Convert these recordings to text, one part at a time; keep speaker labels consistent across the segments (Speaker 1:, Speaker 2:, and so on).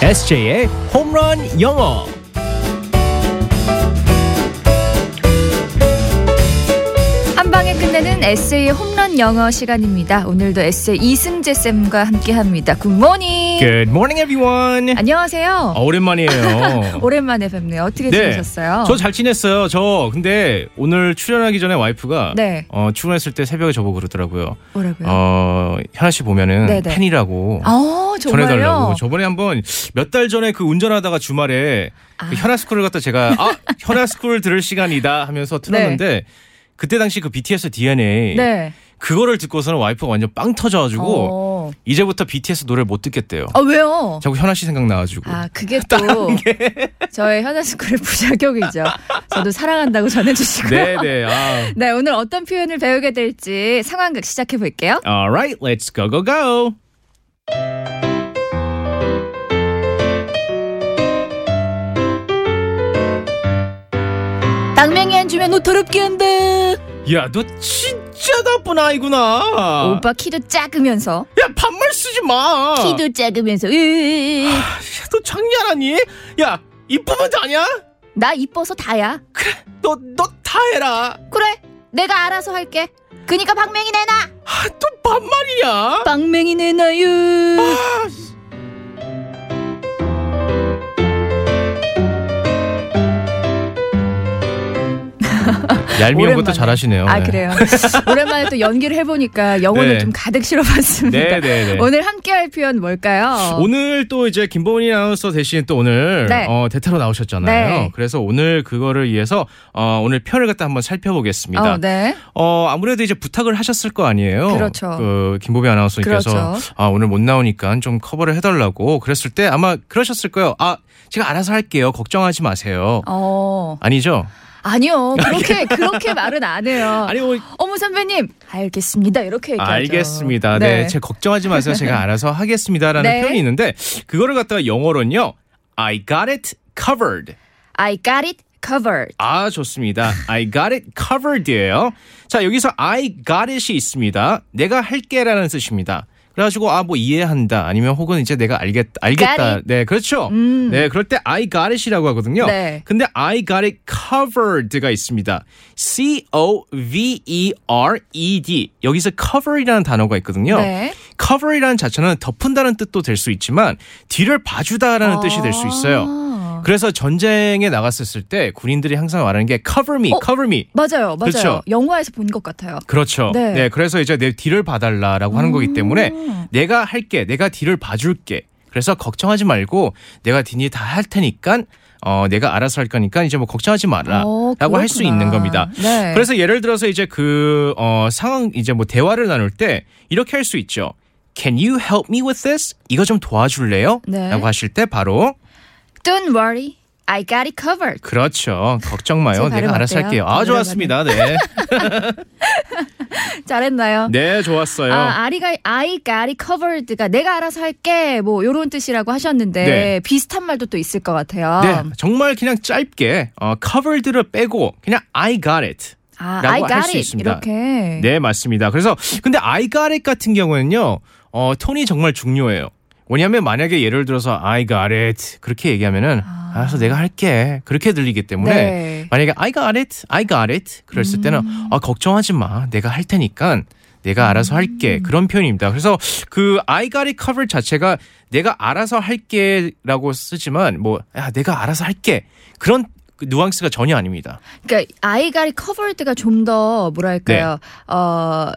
Speaker 1: SJ의 홈런 영어.
Speaker 2: 한 방에 끝내는 에세이의 홈런 영어 시간입니다. 오늘도 에세이 이승재 쌤과 함께합니다. 굿모닝.
Speaker 1: Good morning, everyone.
Speaker 2: 안녕하세요.
Speaker 1: 아, 오랜만이에요.
Speaker 2: 오랜만에 뵙네요. 어떻게
Speaker 1: 네.
Speaker 2: 지내셨어요?
Speaker 1: 저 잘 지냈어요. 저 근데 오늘 출연하기 전에 와이프가
Speaker 2: 네.
Speaker 1: 어, 출근했을 때 새벽에 저보고 그러더라고요.
Speaker 2: 뭐라고요? 어,
Speaker 1: 어, 현아 씨 보면은
Speaker 2: 네네. 아,
Speaker 1: 팬이라고
Speaker 2: 어, 정말요?
Speaker 1: 전해달라고. 저번에 한번 몇 달 전에 그 운전하다가 주말에
Speaker 2: 아.
Speaker 1: 그 현아 스쿨을 갖다 제가 아 현아 스쿨 들을 시간이다 하면서 틀었는데 그때 당시 그 BTS DNA
Speaker 2: 네.
Speaker 1: 그거를 듣고서는 와이프가 완전 빵 터져가지고
Speaker 2: 어.
Speaker 1: 이제부터 BTS 노래 못 듣겠대요.
Speaker 2: 아 왜요?
Speaker 1: 자꾸 현아 씨 생각 나가지고.
Speaker 2: 아 그게 또 저의 현아스쿨의 부작용이죠. 저도 사랑한다고 전해주시고요.
Speaker 1: 네네. 아.
Speaker 2: 네, 오늘 어떤 표현을 배우게 될지 상황극 시작해 볼게요.
Speaker 1: Alright, let's go go go.
Speaker 2: 당명이 안 주면 옷 더럽게 한다.
Speaker 1: 야, 너 진짜 나쁜 아이구나.
Speaker 2: 오빠 키도 작으면서
Speaker 1: 야, 반말 쓰지 마.
Speaker 2: 키도 작으면서 으으으으.
Speaker 1: 야, 너 장난하니? 야, 이쁘면 다냐?
Speaker 2: 나 이뻐서 다야.
Speaker 1: 너, 너 다 해라.
Speaker 2: 그래, 내가 알아서 할게. 그니까 방맹이 내놔.
Speaker 1: 아, 또 반말이냐?
Speaker 2: 방맹이 내놔요.
Speaker 1: 얄미운 것도
Speaker 2: 오랜만에.
Speaker 1: 잘하시네요.
Speaker 2: 아 그래요. 오랜만에 또 연기를 해보니까 영혼을
Speaker 1: 네.
Speaker 2: 좀 가득 실어봤습니다.
Speaker 1: 네네네.
Speaker 2: 오늘 함께할 표현 뭘까요?
Speaker 1: 오늘 또 이제 김보은이 아나운서 대신 또 오늘
Speaker 2: 네.
Speaker 1: 어, 대타로 나오셨잖아요.
Speaker 2: 네.
Speaker 1: 그래서 오늘 그거를 위해서 어, 오늘 편을 갖다 한번 살펴보겠습니다.
Speaker 2: 어, 네.
Speaker 1: 어, 아무래도 이제 부탁을 하셨을 거 아니에요.
Speaker 2: 그렇죠.
Speaker 1: 그 김보배 아나운서님께서
Speaker 2: 그렇죠.
Speaker 1: 아, 오늘 못 나오니까 좀 커버를 해달라고 그랬을 때 아마 그러셨을 거예요. 아, 제가 알아서 할게요. 걱정하지 마세요.
Speaker 2: 어
Speaker 1: 아니죠?
Speaker 2: 아니요 그렇게 그렇게 말은 안 해요.
Speaker 1: 아니, 뭐,
Speaker 2: 어머 선배님 알겠습니다 이렇게 얘기하죠.
Speaker 1: 알겠습니다. 네. 제 걱정하지 마세요. 제가 알아서 하겠습니다라는
Speaker 2: 네.
Speaker 1: 표현이 있는데 그거를 갖다가 영어로는요. I got it covered.
Speaker 2: I got it covered.
Speaker 1: 아, 좋습니다. I got it covered예요. 자, 여기서 I got it이 있습니다. 내가 할게라는 뜻입니다. 그래가지고 아 뭐 이해한다 아니면 혹은 이제 내가 알겠 알겠다
Speaker 2: Got it. 음.
Speaker 1: 네 그렇죠 네 그럴 때 I got it이라고 하거든요
Speaker 2: 네.
Speaker 1: 근데 I got it covered가 있습니다 C O V E R E D 여기서 cover이라는 단어가 있거든요
Speaker 2: 네.
Speaker 1: cover이라는 자체는 덮은다는 뜻도 될 수 있지만 뒤를 봐주다라는 뜻이 될 수 있어요
Speaker 2: 아.
Speaker 1: 그래서 전쟁에 나갔었을 때 군인들이 항상 말하는 게 cover me,
Speaker 2: 어?
Speaker 1: cover me.
Speaker 2: 맞아요, 맞아요.
Speaker 1: 그렇죠.
Speaker 2: 영화에서 본 것 같아요.
Speaker 1: 그렇죠.
Speaker 2: 네. 음.
Speaker 1: 네. 그래서 이제 내 뒤를 봐달라라고 하는 거기 때문에 내가 할게, 내가 뒤를 봐줄게. 그래서 걱정하지 말고 내가 뒤니 다 할 테니까 어 내가 알아서 할 거니까 이제 뭐 걱정하지
Speaker 2: 어,
Speaker 1: 마라라고 할 수
Speaker 2: 그렇구나.
Speaker 1: 있는 겁니다.
Speaker 2: 네.
Speaker 1: 그래서 예를 들어서 이제 그 어, 상황 이제 뭐 대화를 나눌 때 이렇게 할 수 있죠. Can you help me with this? 이거 좀 도와줄래요?
Speaker 2: 네.
Speaker 1: 라고 하실 때 바로
Speaker 2: Don't worry, I got it covered.
Speaker 1: 그렇죠. 걱정
Speaker 2: 제
Speaker 1: 마요.
Speaker 2: 발음
Speaker 1: 내가 알아서
Speaker 2: 어때요?
Speaker 1: 할게요. 아,
Speaker 2: 네,
Speaker 1: 좋았습니다. 네.
Speaker 2: 잘했나요?
Speaker 1: 네, 좋았어요.
Speaker 2: 아, 아리가 I got it covered가 내가 알아서 할게 뭐 요런 뜻이라고 하셨는데
Speaker 1: 네.
Speaker 2: 비슷한 말도 또 있을 것 같아요. 음.
Speaker 1: 네, 정말 그냥 짧게 어, covered를 빼고 그냥 I got it.
Speaker 2: 아,
Speaker 1: 라고
Speaker 2: I
Speaker 1: 할
Speaker 2: got
Speaker 1: 수
Speaker 2: it
Speaker 1: 있습니다.
Speaker 2: 이렇게.
Speaker 1: 네, 맞습니다. 그래서 근데 I got it 같은 경우는요, 어, 톤이 정말 중요해요. 왜냐하면 만약에 예를 들어서 I got it 그렇게 얘기하면은 알아서 내가 할게 그렇게 들리기 때문에
Speaker 2: 네.
Speaker 1: 만약에 I got it, I got it 그랬을 때는
Speaker 2: 음.
Speaker 1: 아 걱정하지 마, 내가 할 테니까. 내가 알아서 할게 그런 표현입니다. 그래서 그 I got it cover 자체가 내가 알아서 할게라고 쓰지만 뭐야 내가 알아서 할게 그런 그 누앙스가 전혀 아닙니다.
Speaker 2: 그러니까 I got it covered가 좀 더 뭐랄까요?
Speaker 1: 네.
Speaker 2: 어,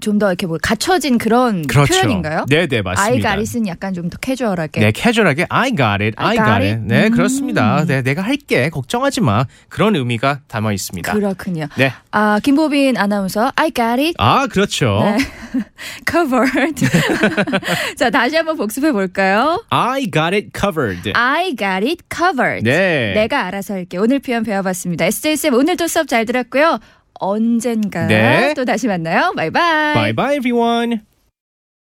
Speaker 2: 좀 더 이렇게 뭐 갇혀진 그런 그렇죠. 표현인가요?
Speaker 1: 네네 그렇죠. 맞습니다.
Speaker 2: I got it은 약간 좀 더 캐주얼하게.
Speaker 1: 네, 캐주얼하게 I got it, I, got, it. 네,
Speaker 2: 음.
Speaker 1: 그렇습니다. 네, 내가 할게. 걱정하지 마. 그런 의미가 담아 있습니다.
Speaker 2: 그렇군요.
Speaker 1: 네.
Speaker 2: 아, 김보빈 아나운서 I got it
Speaker 1: 아, 그렇죠.
Speaker 2: 네. covered. 자, 다시 한번 복습해 볼까요?
Speaker 1: I got it covered.
Speaker 2: I got it covered.
Speaker 1: 네.
Speaker 2: 내가 알아서 할게. 오늘 표현 배워봤습니다. SJ쌤 오늘도 수업 잘 들었고요. 언젠가
Speaker 1: 네.
Speaker 2: 또 다시 만나요. 바이바이.
Speaker 1: Bye bye everyone.